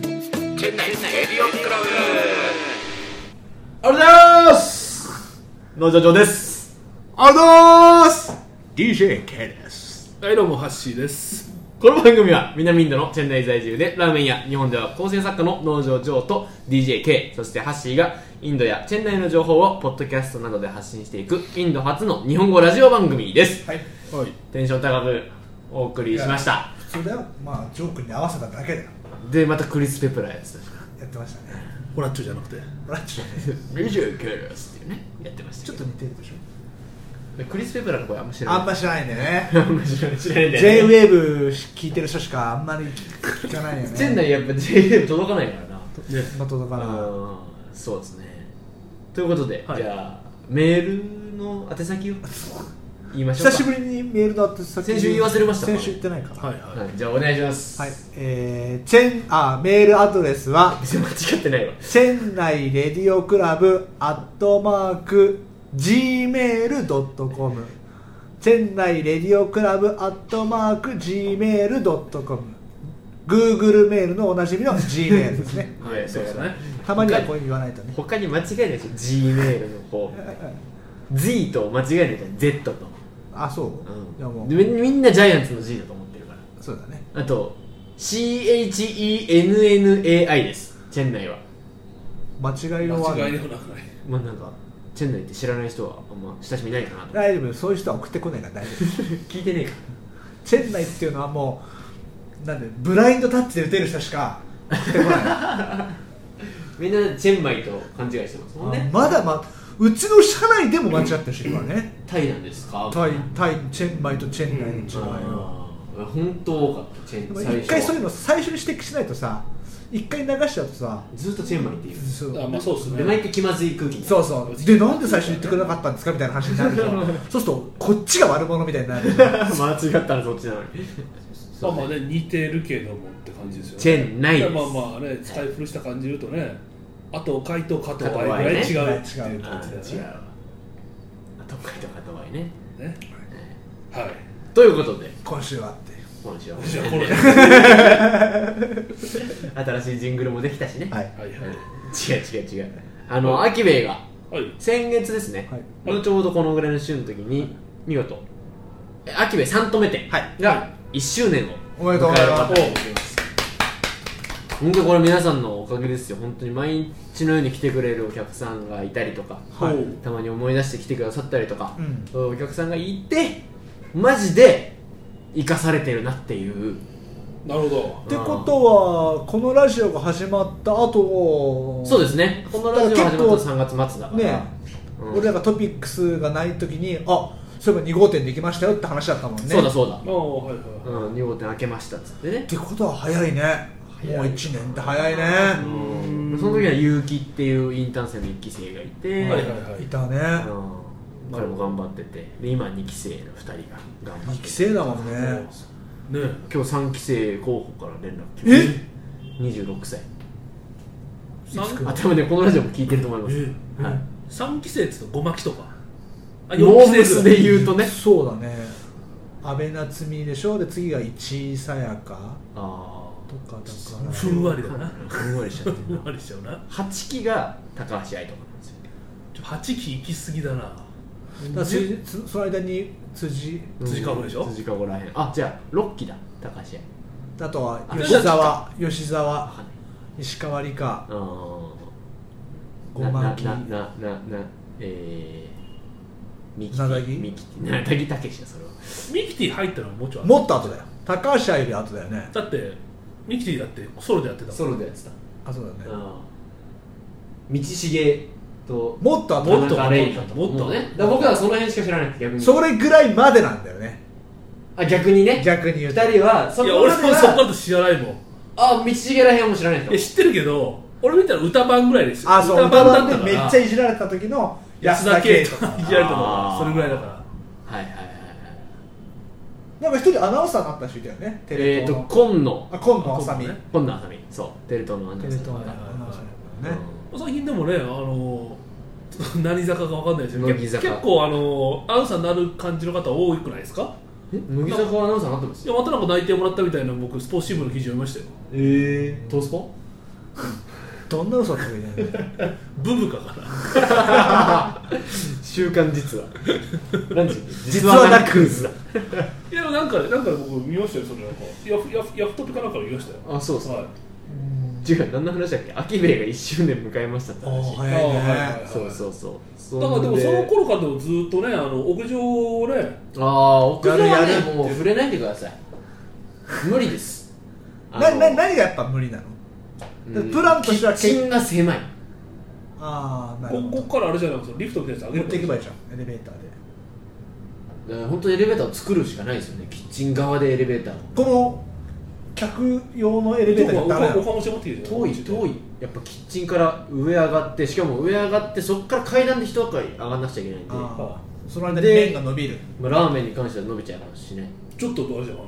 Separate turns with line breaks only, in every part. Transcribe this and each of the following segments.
店内エリオンクラブ
ありがとうございます農場長です
あどーす !DJK です。
はい、どうも、ハッシーです。
この番組は南インドのチェンダイ在住でラーメンや日本では構成作家の農場長と DJK そしてハッシーがインドやチェンダイの情報をポッドキャストなどで発信していくインド初の日本語ラジオ番組です、
はい。
はい。
テンション高くお送りしました
それは、まあ、ジョークに合わせただけだよ。
でまたクリス・ペプラーやつ
やってましたね。
ホラッチョじゃなくて。
ほら、ちょっとね
DJK ですっていうねやってました
ち
け
ょっ
ど
と似てるでしょ。
でクリス・ペプラーの声あんま知ら
あ
なんい
ま知らないんだ よね。
あんま知らない知らないんだよね
J-Wave 聞いてる人しかあんまり聞かないよね。
チェンダイやっぱ JF 届かないからな
ね。
まあ届かな
うんそうですねということで、
はい
じゃあメールの宛先を言いま
い。
しょうか
久しぶりにメールだって先
先週言い忘れました
先週言ってないから。。
はいいは
はい、じゃあお願いします、
はい、えー、チェン、あ、メールアドレスは、
別に間違ってないわ
チェンナイレディオクラブアットマーク Gmail.com チェンナイレディオクラブアットマーク Gmail.com Google メールのおなじみの Gmail ですね
い。はい、そうですね。
たまにはこういうふうに言わないとね
他に間違いないでしょ G メールの方 Z と間違いないじゃん Z と、
あそう
うん、
いやもう
でみみんなジャイアンツの G だと思ってるか
そうだね
らあと CHENNAI ですチェンナイは
間違いのは
間違いでもなくない。
まあなんかチェンナイって知らない人はあんま親しみないかなと
大丈夫そういう人は送ってこないから大丈夫
聞いてねえか
チェンナイっていうのはもうなんでブラインドタッチで打てる人しか送ってこない
みんなチェンマイと勘違いしてますもん
あ
ね
まだまうちの社内でも間違ってる人いるからね
タイなんですか
タイタイチェンマイとチェンナイの違い
あ
は
ー本当多かったチェン
でも
最初
一回そういうの最初に指摘しないとさ一回流しちゃうとさ
ずっとチェンマイって言う
そう
あまあ、そうです
で毎
ね。
回気まずい空気に
そうそうでなんで最初に言ってくれなかったんですかみたいな話にな るじゃんそうするとこっちが悪者みたいになるじゃん
間違ったらそっちなのに
まあまあね、似てるけどもって感じですよね。
チェンないです
まあまあね、使い古した感じるとね、あと、回答加藤
加藤
愛ぐ
愛
らい
ね
違う。
違う
違う。
あー違う
ね。
わ都会とかとはいね
はい。
ということで
今週はっていう
今週は
じゃあ、これ。はい
新しいジングルもできたしね、
はい
はい。
違う違う違うあのアキベイが
はい。
先月ですね、
はい
のちょうどこのぐらいの週の時に見事えアキベイ3止め店
はい
が1周年を
おめでとうございま
迎える
す
ことになります本当にこれ皆さんのおかげですよ本当に毎日のように来てくれるお客さんがいたりとか、
はい
ほう
たまに思い出して来てくださったりとか、
うん
そういうお客さんがいてマジで生かされてるなっていう
なるほど。
ってことはこのラジオが始まった後
そうですねこのラジオ始まったの3月末だから
ね
うん
俺らがトピックスがない時にあそういえば2号店できましたよって話だったもんね
そうだそうだ
あ、あ、はいは
うん、2号店開けましたっつってね
ってことは早いねもう1年って早いね
うんその時は結城っていうインターン生の1期生がいて、
い。はいはいはいい。
たね
うん彼も頑張っててで今2期生の2人が頑張っ
2
て
期
て
生だもんね
ね
今日3期生候補から連絡来まし
え
た26歳
三
あ多分ねこのラジオも聞いてると思います、
え
はい、
三期生って言うと、ごまきとか。あ
ノームスで言うとね
そうだね安倍夏実でしょで次が市井さやか
あ
とかだから
ふんわりだな。
あふんわりしちゃっ
ふ
て
んわりしちゃうな。
8期が高橋愛とかなんですよ
ちょ八期行き過ぎだな。
だからつつその間に辻
辻かごでしょ
辻かごらへんあじゃあ6期だ高橋愛
あとは
あ
吉
じ
沢吉
わ
沢
かんない
石川理香
うん
ごまき
なななななえーみき
なだぎ
みきなだぎたけしだそれは
ミキティ入ったのはもうちょい後
もっと後だよ高橋愛より後だよね
だってミキティだってソロでやってたもん
ソロでやってた
あそうだよね
うん道重と
もっと後
もっと
田中玲香と
もっと
もうねだから僕らはその辺しか知らない逆に
それぐらいまでなんだよね
あ逆にね
逆に言
二
うと
人はそ
いや
こま
俺
で
もそ
は
こまで知らないもん
あ道重らへんも知らない
いや
人
知ってるけど俺見たら歌版ぐらいですよ
あそう歌
歌
番
版だっ
で
たか
めっ
ら
ちゃいじられた時の
安
安
田
田
圭
圭
と
と
か
か
いじられたの
あ
は
ー
それぐらいだから
はいはいはいはい
なんか一人アナウンサーになった人いたよねテ
え
レ
っ
東
と
の、
今野
あ今野あさみ
今野ね
今野あさみそうテレ東のアナ
テ
ウン
レ
サー
東のアナウンサーだよね
最近でもねあのちょっと 何坂か分かんないですけど
乃木坂
結構あのアナウンサーになる感じの方多くないですか
うんえ乃木坂アナウンサーになってます
いやまたなんか内定もらったみたいな僕スポーツ新聞の記事読みましたよ
ええトースポ
どんな嘘ついてんの
ブブカかな
週刊 実は何時
実はなく
だ
いやなんかなんか僕見ましたよそれなんかヤフヤフヤフトピかなんかで見ましたよ
あそうそう
はい
違う何の話だっけアキベイが1周年迎えましたって
おー
話
早い
あーはいはいは
ね
い
そうそうそう
だからでもその
頃
頃からでもずっとねあの屋上をね
ああ屋上は
や
ね
るやる
もう触れないでください無理です
なな何が
あ
やっぱ無理なの
のうん
プランとしては
キッチンが狭い
ああなる
こ
ほ
こ
ど
っからあれじゃないですかリフトみたいなやつ
持
上
っ
げ
てい
る
けばいいじゃんエレベーターで
だから本当エレベーターを作るしかないですよねキッチン側でエレベーターを
この客用のエレベーター
ど
に
こ
ダ
か
メ
お
な
かお
の
かもし持ってきて
遠い遠
い
いやっぱキッチンから上上がってしかも上上がってそこから階段で一回上がんなくちゃいけないんで
あ
ま
ーその間に
で
麺が伸びる
あ、ラーメンに関しては伸びちゃいます しね
ちょっとどうじゃんあの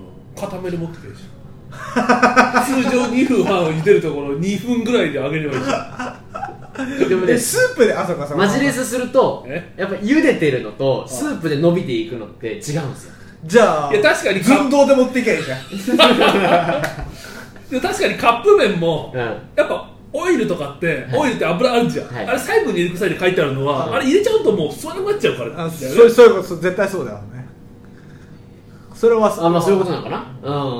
固めで持ってきてるじゃん通常2分半茹でるところ2分ぐらいで揚げればいいじ ゃん
でもね
えスープであそうかそうか
マジレスすると
え
やっぱ茹でてるのとスープで伸びていくのって違うんですよ
じゃあ
いや確かに
寸胴で持っていけばいいじゃん
で確かにカップ麺も、
うん
やっぱオイルとかって、
はい
オイルって油あるじゃん、
はい
あれ最後に入れる際に書いてあるのは、
はい
あれ入れちゃうともう吸わなくなっちゃうからだよ
あ
ね
そうそういうことそう絶対そうだよねそれは
あまあそういうことなのかなうんうんう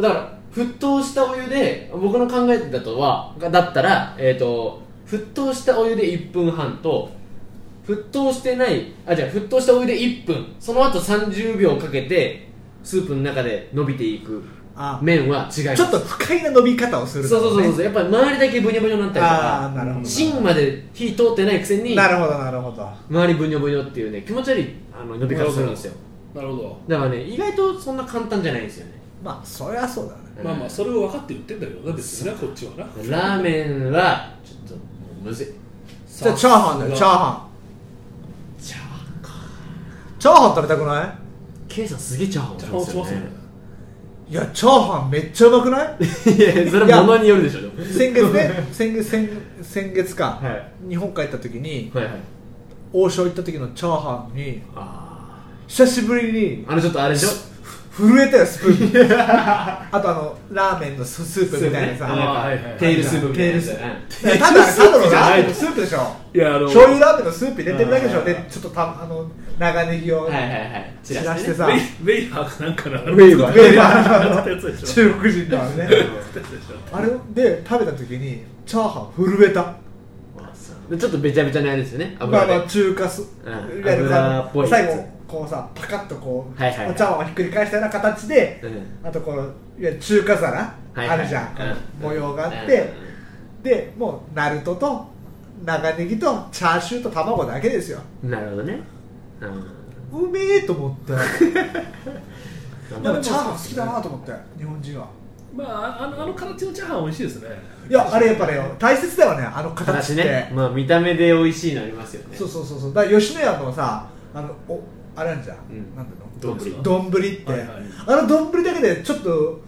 んだから沸騰したお湯で僕の考えだとはだったらえっ、と沸騰したお湯で1分半と沸騰してないあじゃあ沸騰したお湯で1分その後30秒かけてスープの中で伸びていく
あ
麺は違います
ちょっと不快な伸び方をする
そうそうそう
う
そうやっぱり周りだけブニョブニョになったりと
ああ
か
なるほど
芯まで火通ってないくせに
なるほどなるほど
周りブニョブニョっていうね気持ち悪いあの伸び方するんですよ
なるほど
だからね意外とそんな簡単じゃないんですよね
まあそりゃそうだね
まあまあそれを分かって言ってんだけどな別になこっちはな
ラーメンはちょっともうむずい
じゃあチャーハンだよチャ
ン
ーハ
チャーハンか
ンチャーハン食べたくな
K さんすげえチャーハン
チャーハンしますよね
いいやチャーハンめっちゃうま くない
よねいやそれはものによるでしょでも
先月ね先月先先月か、
はい
日本帰った時に
はいはい
王将行った時のチャーハンに
あ
久しぶりに
ーあのちょっとあれでしょ
震えたよスプー ンあとあのラーメンのススープみたいな
スープね
さ、
あーはいはい
テールスープみたいなやつ
テールス
ね
いやただただの
じゃ
ラ
な
ー
い
メンのスープでしょ
いやあの
醤油ラーメンのスープ入れてるだけでし
う
ょ
ん
でちょっとたあの長ネギを
はいはいはい
散らして
ね
さ、
ウェイウェイハーかなんかな
ウェイハー
ウェイハ
作ったやつでしょ
中国人だからね
作ったやつでしょ
あれで食べた時にチャーハン震えた
でちょっとべちゃべちゃなやつですよね
ま
油
あ
で
まあ中華ス、
うん
いわゆる
油っぽい
最後こうさパカッとこう、
はいはいはい
チャーハンをひっくり返したような形で、
うん
あとこのいわゆる中華皿
はいはい
あるじゃん、
うん
この模様があって、でもうナルトと長ネギとチャーシューと卵だけですよ
うんなるほどねうん
うめえと思ってい
ま
や
あ
でもチャーハン好きだなと思って日本人は
まああのあの形のチャーハン美味しいですね
いやあれやっぱね大切だよねあの形
形
って、
ねまあ見た目で美味しいのありますよね
そうそうそうそうだから吉野家のさあのおあれあるじゃん、
うん
なんていうの
どんぶり
丼って、
はいはい
あの丼だけでちょっと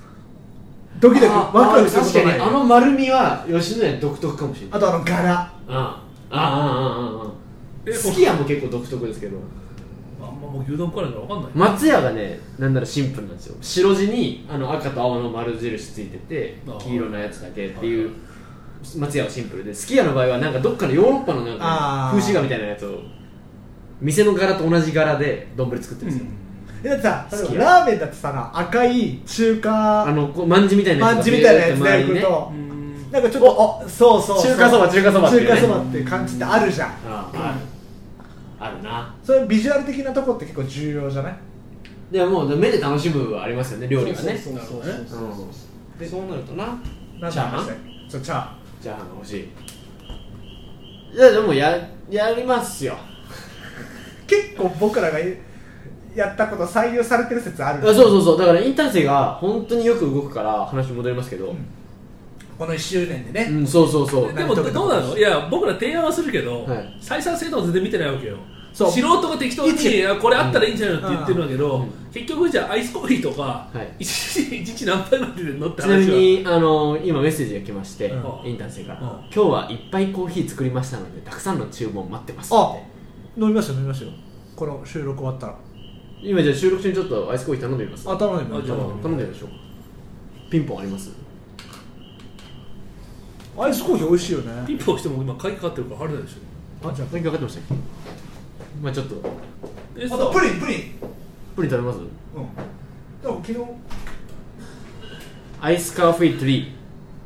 ドキドキ
あー
ワクワクするこ
確
と
か
な
に
い
あの丸みは吉野家独特かもしれない
あとあの柄
ああああああ
え
好き家も結構独特ですけど
あんまもう牛丼食わないから分かんない
松屋がねなんならシンプルなんですよ白地にあの赤と青の丸印ついてて
あー
黄色のやつだけっていう
はい
松屋はシンプルで好き家の場合はなんかどっかのヨーロッパのなん
あ
か
ー
風刺画みたいなやつを店の柄と同じ柄で丼作ってるんですよ、
えだってさ
好きや
ラーメンだってさ赤い中
あ
華
のこうまんじみたいな
まんじみたいなやつで
周
や
りに
る
ね
と、
うん
なんかちょっとあそうそうそう
中華そば中華そばっていう
中
ね
華そばっていう感じってあるじゃん
あーあるあるな
それビジュアル的なとこって結構重要じゃない
でももう目で楽しむはありますよね料理はね
そうそうそう
なる
そう
うんでそうなるとな
なん
チャーハン
ンそうチャーハン
チャーハンが欲しいいやでもややりますよ
結構僕らがやったこと採用されてる説ある
あそうそうそうだからインターン生が本当によく動くから話戻りますけど
この1周年で
う
ね、
んそうそうそう
でもどうなのいや僕ら提案はするけど、
はい
採算制度は全然見てないわけよ
そう
素人が適当に
一
いやこれあったらいいんじゃないのって言ってるんだけど、
うん
結局じゃあアイスコーヒーとか、
はい
一日一日何杯まで出てんのって
ちなみ
話は
にあの今メッセージが来まして、
うん
インターン生から、
うん
今日はいっぱいコーヒー作りましたのでたくさんの注文待ってます」っ
あ
て
飲みますよ飲みますよこの収録終わったら
今じゃあ収録中にちょっとアイスコーヒー頼んでみます
あ頼んでみ
あ
よう
じゃあ
頼んでみましょうピンポンあります
アイスコーヒー美味しいよね
ピンポン押しても今鍵かかってるから入れないでしょ
あじゃあ何かかってましたっけまあちょっと
え
あ
さ
とプリンプリン
プリン食べます
うんでも昨日
アイスカーフィートリ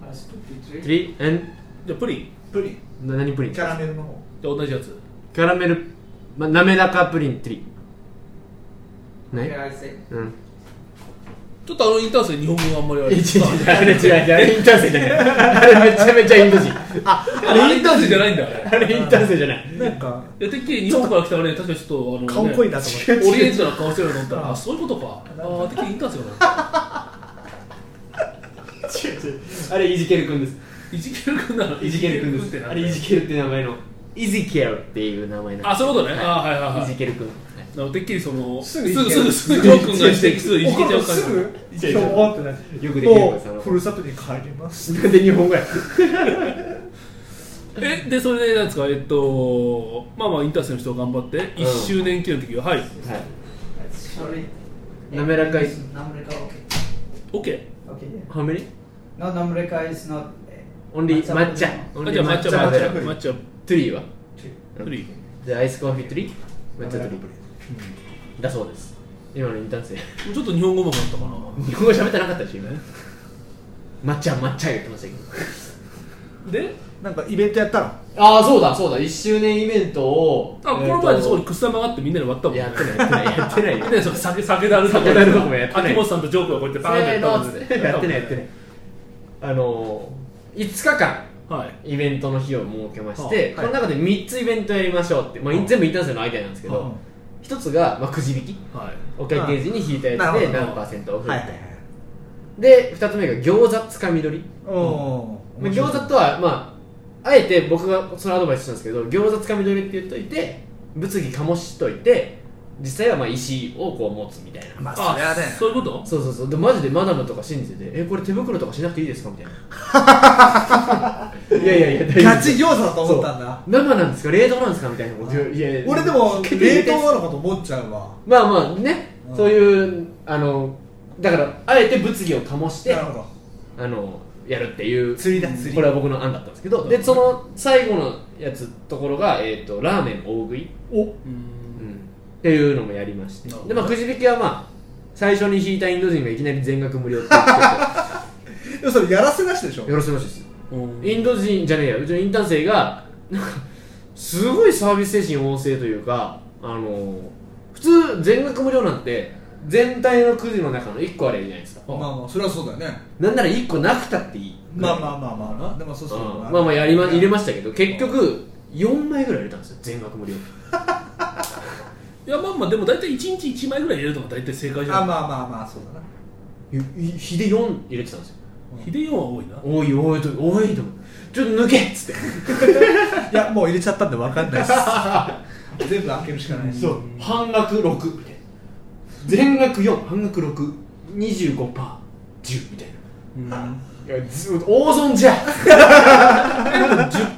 アイスコーヒ
ートリーえ
じゃあプリン
プリン
な何プリン
キャラメルの方
じゃあ同じやつ
キャラメル、ま、滑らかプリントリーね
Yeah, I say.
うん
ちょっとあのインターン生日本語があんまりあ
違う
れ
違う違う違うあれインターン生じゃないあれめちゃめちゃインド人あ
あれインターン生じゃないんだよあれ
あれインターン生じゃない
なんか
いやてっきり日本から来た俺確かにちょっとあの、ね、
顔っぽいなと思って
オリエンタルな顔してるのと思ったら
うん
あそういうことかあーてっきりインターン生かな
違う違うあれイジケル君です
いじけるくんなの
イジケル君で
ってな
す
ん
あ
だ
れイジケルって名前のイジケルっていう名前なんです
あそういうことねあーはいはいはい
イジケル君
なのでてっきりそのす
すぐ
ぐ
い
す
じけ
ぐすぐすぐジョ
る
ー君が指摘するいじけちゃう感じ
すぐ
い
ひ
けちゃう
ょーってな
よくできるからそ
も
の
うふるさとに帰ります
なんで日本語や
えでそれでなんですかえっとまあまあインターン生の人が頑張って1周年記念の時は、はい
Sorry.
滑らかい。
English, Namreka, okay.
OK
Okay. yeah.
How many?
No, Namreka is not. eh,
Only matcha
抹茶
Only
あじゃあ抹茶抹
抹茶
茶抹茶
トリーは
プリン
じゃあアイスコーヒートリー抹茶トリ
プリン
ーだそうです今のインターン生
ちょっと日本語も上手くなったか
日本語喋ってなかったでしょ今抹茶抹茶言ってましたけど
なで
なんかイベントやったの
ああそうだそうだ1周年イベントを
あこの前でそこにくす玉があってみんなで割ったもんね
やってないやってないやってない
ね、その酒酒だるとこ
酒だるとこもやってない
秋元さんとジョークがこうやってバーンとやったもんね
せーのやってないやってないあのー、5日間
はい
イベントの日を設けまし
は
て、
い
この中で3つイベントやりましょうって、まあ、
うん
全部インターン生のアイデアなんですけ
うん
ど、一1つが、まあ、くじ引き
はい
お会計時に引いたや
な
つ
る
で
ほど
何パーセントオフ、
はいはい
で2つ目が餃子つかみ取り、
おー
まあ、餃子とはまああえて僕がそのアドバイスしたんですけど餃子つかみ取りって言っといて物議かもしといて実際はまあ石をこう持つみたいな
まあそりゃね
そういうこと
そうそうそうでマジでマダムとか信じてて「えこれ手袋とかしなくていいですか?」みた いないやいやいや大丈夫
ガチ餃子だと思ったんだ
そう生なんですか冷凍なんですかみたいなこといやいや
俺でも
結局
冷凍なのかと思っちゃうわ
まあまあね、
うん
そういうあのだからあえて物議を醸して
なるほど
あのやるっていう
釣りだ釣り
これは僕の案だったんですけど、
う
で
ん
その最後のやつところが、えー、とラーメン大食い、
お
うー
うんんっていうのもやりまして
なるほ
で、
ど
まあ、くじ引きはまあ最初に引いたインド人がいきなり全額無料って言って
でもそれやらせなしでしょ
てよろしいよろしいです
うん
インド人じゃねえやうちのインターン生がなんかすごいサービス精神旺盛というかあの普通全額無料なんて全体のくじの中の1個あればいいじゃないですか、
まあまあそれはそうだよね
なんなら1個なくたっていい
まあまあまあまあまあでもそうそう
うんまあまあやりま入れましたけど結
うん
局4枚ぐらい入れたんですよ全額無料
いやまあまあでも大体1日1枚ぐらい入れるのが大体正解じゃ
あ
ん
まあまあまあそうだな
ひで4入れてたんですよ
秀で4は多いな
多い多いと多いと思うちょっと抜けっつって
いやもう入れちゃったんでわかんないです 全部開けるしかない
そう半額6みたいな全額4半額625パー10みたいないやず大損じゃん
10%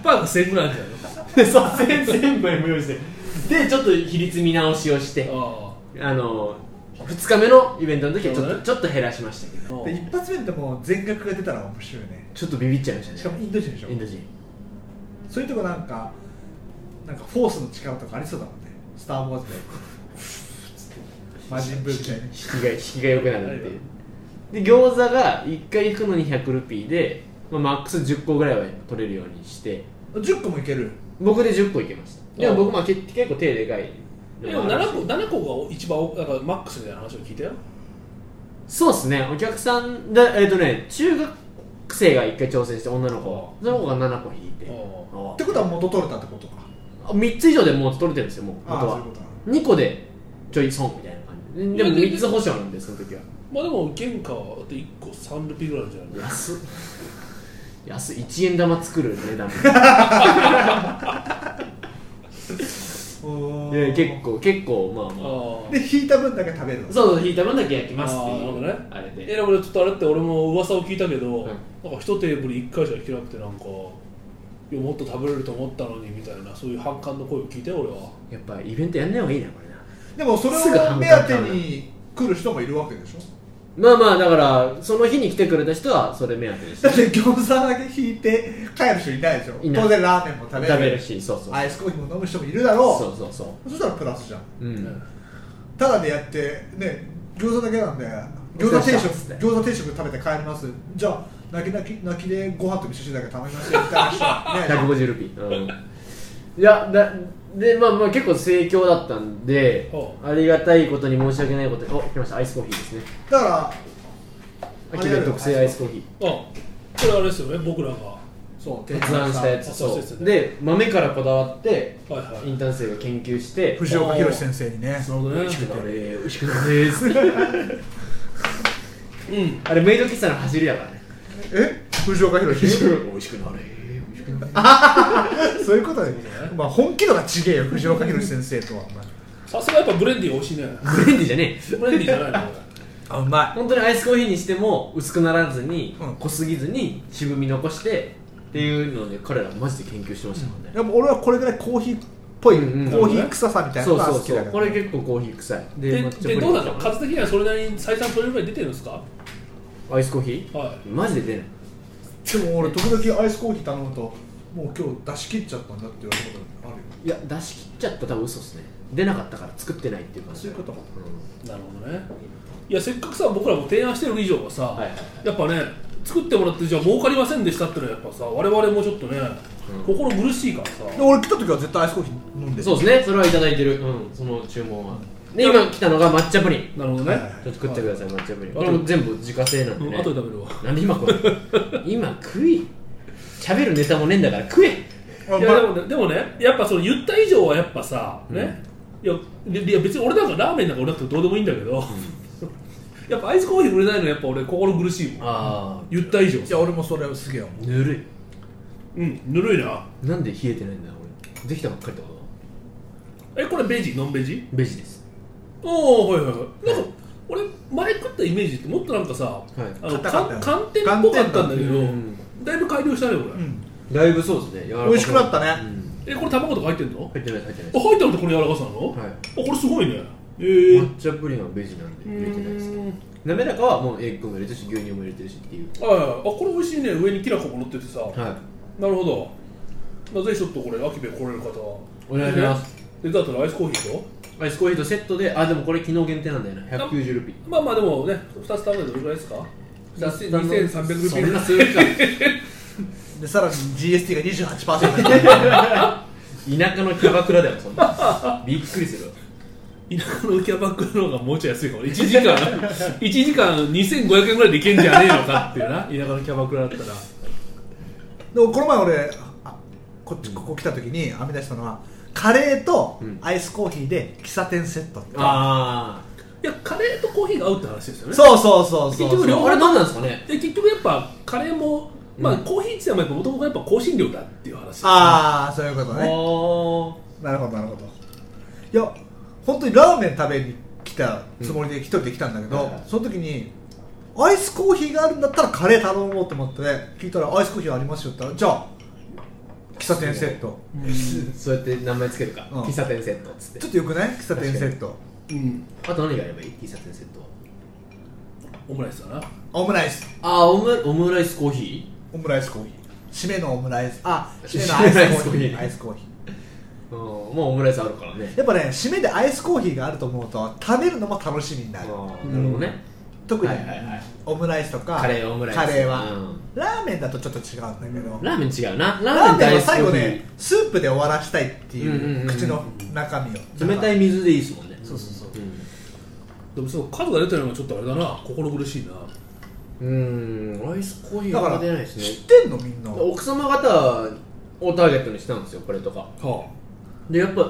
が1000ぐらいあるんじゃないの
でそう全全部無用意してでちょっと比率見直しをして
あ
あの2日目のイベントの時はちょ
そう
っ
だ
と
ね
ちょっと減らしましたけ ど
あ
で一発目ってもう全額が出たら面白いね
ちょっとビビっちゃいまし
したか
ね
もインド人でしょ
インド人
そういうとこなんかなんかフォースの力とかありそうだもんねスター・ウォーズでマジンブーみたいに
引きが引きが良くなるっていうで餃子が1回引くのに100ルピーで、まあ、マックス10個ぐらいは取れるようにして
10個もいける
僕で10個いけましたでも
あ
僕まあけ結構手でかい
でも7個七個が一番多いだからマックスみたいな話を聞いたよ
そうですねお客さんでえっ、とね中学生が1回挑戦して女の子その子が7個引いて
あ
ってことは元取れたってことか
3つ以上でもう取れてるんですよもう
ああ
元
そうい
は
うことな
2個でちょい損みたいな感じででも3つ保証なんでその時は
まあでも原価はだって1個3ルピーぐらいあるんじゃないの
安っ安っ1円玉作る値段
おー
で結構結構まあまあ
ああ
で引いた分だけ食べるの
そうそう引いた分だけ焼きますって
あーな
い
るほ
う
どね
あれ
え
で
でも俺ちょっとあれって俺も噂を聞いたけど、
うん
なんか一テーブル一回しか開けなくてなんかいやもっと食べれると思ったのにみたいなそういう反感の声を聞いて俺は
やっぱイベントやんない方がいいなこれな
でもそれ
すぐ
を
半分
目当てに来る人もいるわけでしょ
まあまあだからその日に来てくれた人はそれ目当て にして
だって餃子だけ引いて帰る人いないでしょ
いない
当然ラーメンも食べる
食べるしそうそう
アイスコーヒーも飲む人もいるだろう
そうそうそ
そしたらプラスじゃん
ううん、
ただでやってね餃子だけなんで
お
餃
疲れ様
子定
で
食
した
餃子定食食べて帰りますじゃあ泣き泣き泣きでご飯と味噌汁だけ食べますよみたいな 人はね
150ルピー、うん、いやだでまあまあ結構盛況だったんで
ほ
ありがたいことに申し訳ないことにお来ましたアイスコーヒーですね
だから
秋で特製アイスコーヒー
これあれですよね僕らがは
そう
発案したやつ
あ
そ
そううそうそう
で豆からこだわって
いは
イ
い
ンターン生が研究して
藤岡弘先生にね
ほどね
美味しくなれ美味しくなれです
うん
あれメイド喫茶の走りだからね
え藤岡弘
美味しくなれ美味しくなれ
そういうことで
うね、
まあ、本気度が違えよ藤岡弘先生とはお前
さすがやっぱブレンディー美味しいね
ブレンディじゃねえ
ブレンディーじゃないのこ
あうま
本当にアイスコーヒーにしても薄くならずに、
うん
濃すぎずに渋み残してっていうので彼らマジで研究してましたもんね、
いやっぱ俺はこれぐらいコーヒーっぽい、
うんうん
コーヒー臭さみたいな
そ
の
う
が
そ
好
う
き
そ
だ
う
から
これ結構コーヒー臭い
れ
抹茶
でで
ブレ
どう
ン
な
ディ
の数的にはそれなりに採算取れるぐらい出てるんですか
アイスコーヒ
は
ーマジで出ない
でも俺時々アイスコーヒー頼むともう今日出し切っちゃったんだって言われたことあるよ
いや出し切っちゃったら多分嘘っすね出なかったから作ってないっていう感じ
そういうこと
いなるほどねいやせっかくさ僕らも提案してる以上はさ、
はいはい
やっぱね作ってもらってじゃあ儲かりませんでしたってのはやっぱさ我々もちょっとね、
うん
心苦しいからさ
で俺来た時は絶対アイスコーヒー飲ん
う
で
んそうですねそれはいただいてる、うん、その注文はで今来たのが抹茶プリン
なるほどね、
はいはい
ちょっと食ってください抹茶プリン
あと
これも全部自家製なんで
うん
ね
後で食べるわ
なんで今これ 今食い喋るネタもねえんだから食え
あ
いやで
ま
もねでもねやっぱその言った以上はやっぱさ、ねいやでいや別に俺なんかラーメンなんか俺だってどうでもいいんだけど、 やっぱアイスコーヒー売れないのやっぱ俺心苦しいもん
あ
言った以上
いや俺もそれはすげえ思
あぬる
うんぬるいない
なんで冷えてないんだ俺できたばっかりってこと
えこれベジノンベジ
ベジです
おおはいはいはいなんか俺前食ったイメージってもっとなんかさ、あの
硬かった
か
よ
ん寒天っぽかったんだけど
うん
だいぶ改良したねこれ、
う、うん、
だいぶそうですね柔ら
美味しくなったね
うん
えこれ卵とか入ってんの
入ってない入ってない
あ入ってるとこれ柔らかさなの、
は
あ
い
これすごいねえー、
抹茶プリンはベジなんで入れてないです
うーん
滑らかはもうエッグも入れてるし牛乳も入れてるしっていう
はいはいあこれ美味しいね上にきな粉も乗っててさ、
は
なるほどぜひちょっとこれ秋部来れる方は
お願いします
でだったらアイスコーヒーと
いアイスコーヒーとセットであでもこれ昨日限定なんだよな190ルピー
まあまあでもね2つ食べてどれぐらいですか2000 2300ルピ
そんな
ー
数か
でさらに GST が28%
田舎のキャバクラだよそんなびっくりするわ
田舎の浮き輪バッグの方がもうちょい安いかも1時 間1時間2500円ぐらいでいけんじゃねえのかっていうな田舎のキャバクラだったら
でもこの前俺あこっちここ来た時に編み出したのはカレーとアイスコーヒーで喫茶店セットって、
あ
いやカレーとコーヒーが合うって話ですよね
そうそうそうそう
結局
あ
両
こ
方
れ何なんですかね
で結局やっぱカレーもまあ、
うん
コーヒーって言ってももともとやっぱ香辛料だっていう話ですね
ああそういうこと
あ
ね
ー
なるほどなるほどいや本当にラーメン食べに来たつもりで一人で来たんだけど、
はいはい
その時にアイスコーヒーがあるんだったらカレー頼もうと思って聞いたらアイスコーヒーありますよって言ったらじゃあ喫茶店セット
そうやって名前つけるか、
うん
喫茶店セットっつって
ちょっとよくない喫茶店セット
うん
あと何があればいい喫茶店セットは
オムライスだな
オムライス
あーオムオムライスコーヒ
オムライスコーヒー締めのオムライスあ締めの
締めの
アイスコーヒー
ア
ア
イ
イ
ス
スコーヒー
ーうんまあオムライスあるからね
やっぱね締めでアイスコーヒーがあると思うと食べるのも楽しみに
あ
な
ー
る
なるほどね、
特に
はいはいはい
オムライスとか
カレーオムライス
カレーは、
うん
ラーメンだとちょっと違うんだけど、
ラーメン違うなラ
ラ
ーメ
ー
ン大
メンは
好き
最後ねスープで終わらしたいってい
うんうんうん
う口の中身を
冷たい水でいいですもんね
そうそうそう
でもそう数が出てるのがちょっとあれだな心苦しいな
うんうーんアイスコーヒー
だか
は
ら
出ないですね
知ってんのみんな
奥様方をターゲットにしたんですよこれとか
は
でやっぱ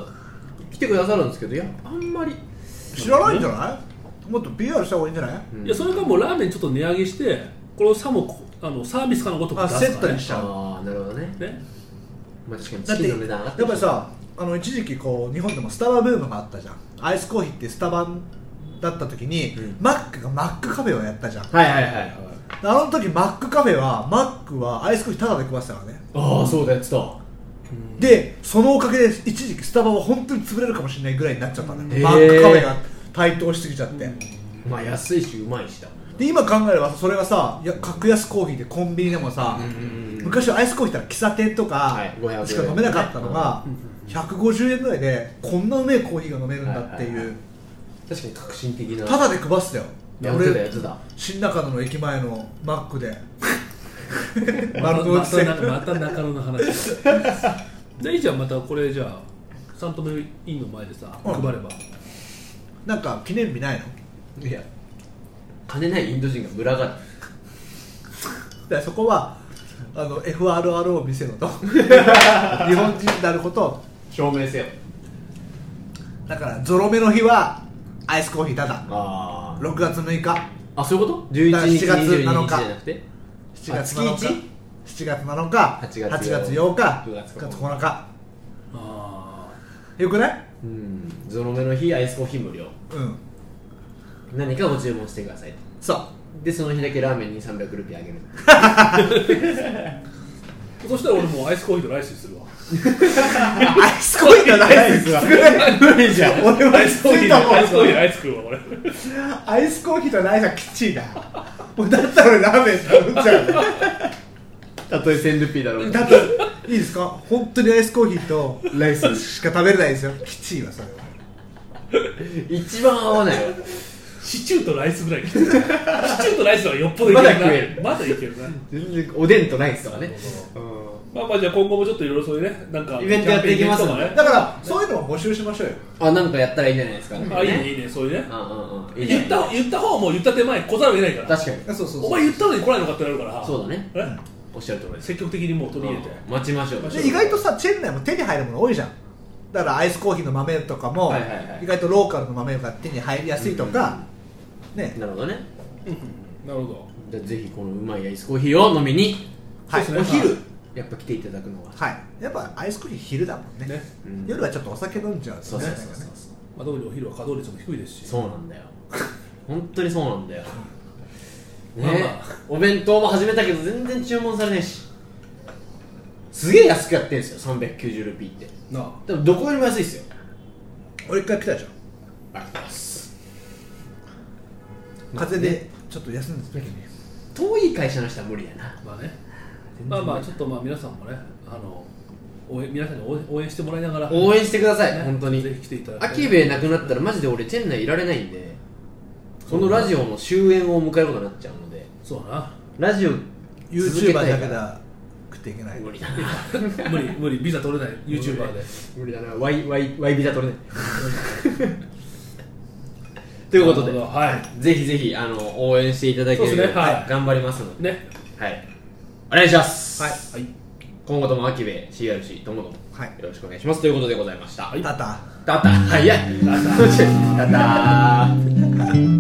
来てくださるんですけどいやあんまり、
知らないんじゃないもっと PR した方がいいんじゃない
うん
いやそれかもうラーメンちょっと値上げしてこれをさもこあのサービスかのごとく出
あ
す
セッ
か
ト
ら
に
ね
しちゃう
ああなるほどね、
ね
まあ、確かに
だ
チ
っ
キン
てや
の値段上が
っ
って
ぱりさあの一時期こう日本でもスタバブームがあったじゃんアイスコーヒーってスタバだった時に、
うん
マックがマックカフェをやったじゃん
はいはいはいはい
あの時マックカフェはマックはアイスコーヒータダで食わせたからね
ああそうだやってた
でそのおかげで一時期スタバは本当に潰れるかもしれないぐらいになっちゃったんだよ、
へー
マックカフェが台頭しすぎちゃって、
まあ安いしうまいしだもんな
で今考えればそれがさや格安コーヒーでコンビニでもさ、昔はアイスコーヒーってのは喫茶店とか
はい500円
しか飲めなかったのが、150円ぐらいでこんなうめえコーヒーが飲めるんだっていう、
はいはい確かに革新的な
ただで配ってたよ
やってたやってた
新中野の駅前のマッ クで
ま
丸
た
の
ま
内線
たまた中野の話じゃあいいじゃんまたこれじゃあ三留委員の前でさ
うん
配れば
なんか記念日ないの
いや金ないインド人が群がる
だからそこはあの FRR を見せろ と日本人であることを
証明せよ
だからゾロ目の日はアイスコーヒーただ
あー
6月6日
あそういうこと ?11 日
だから7月
22日じゃ
7
な
日
くて
7月
あ
7
月
日
一
7月7日
8月
8日
9
9
月
月
9日
9日
ああ
よくない
うんゾロ目の日アイスコーヒー無料
うん
何かご注文してください
そう
でその日だけラーメンに300ルピーあげる
そしたら俺もうアイスコーヒーとライスにする わ
アイスコーヒーがないですよ
無理じゃん
俺はついたもん
アイスコーヒーとライス食うわ俺
アイスコーヒーとライスはきっちいなもうだったら俺ラーメン頼んじゃうよ
たとえ1000ルピーだろうが
だっていいですか本当にアイスコーヒーと
ライス
しか食べれないですよきっちいわそれは
一番合わないよ
シチューとライスぐらいきついシチューとライスはよっぽどいけるな
まだ食える
まだいけるな
全然おでんとライスとかね
まあまあじゃあ今後もちょっといろいろそういうねなんか
イベントやっていきます
キ
ん
ャン
で
ペーン
だ
とかね
からそういうのを募集しましょうよ
あなんかやったらいいんじゃないですかね
あいいねいいねそういうね
うんうんうんいいね
言った言った方も言った手前来ざるを得ないから
確かに
そうそうそう
お前言ったのに来ないのかってなるから
そうだね
え
おっしゃる通りです
積極的にもう取り入れて
うん待ちましょう
待ちましょ
で意外とさチェン内も手に入るもの多いじゃんだからアイスコーヒーの豆とかも、
はいはいはい
意外とローカルの豆が手に入りやすいとか、ね
なるほどね
なるほど
じゃあぜひこのうまいアイスコーヒーを飲みに
はい
お昼やっぱ来ていただくのは
はいやっぱアイスコーヒー昼だもんね
ね
うん
夜はちょっとお酒飲んじゃう
そうそうそうそう
まあ特にお昼は稼働率も低いですし
そうなんだよ 本当にそうなんだよね、
まあまあ
お弁当も始めたけど全然注文されないしすげえ安くやってんですよ390ルピーって
なあ
でもどこよりも安いですよ
俺一回来た
あり
じゃん
がとうございます
風邪でちょっと休んでた時に
遠い会社の人は無理やな
まあねまあまあちょっとまあ皆さんもねあの応援皆さんに応援応援してもらいながら
応援してください、
ね
本当に
ぜひ来ていただきた
ア
い
キベなくなったらマジで俺チェン内いられないんでこのラジオの終焉を迎えることになっちゃうので
そうだ
ラジオ
YouTuber だけ
だ
だ食っていけない
無理だな
な無理無理ビザ取れない YouTuber で
無理だなワイワイワイビザ 取れない ということで
なるほどはい
ぜひぜひあの応援していただけ
そう
る
で
よ
す
う
ね
に
はい
頑張りますので、
ね
はい、お願いします、
はい
はい
今後ともアキベ CRC ともども、
はい
よろしくお願いしますということでございました、
い
ただ
だった早いだっただった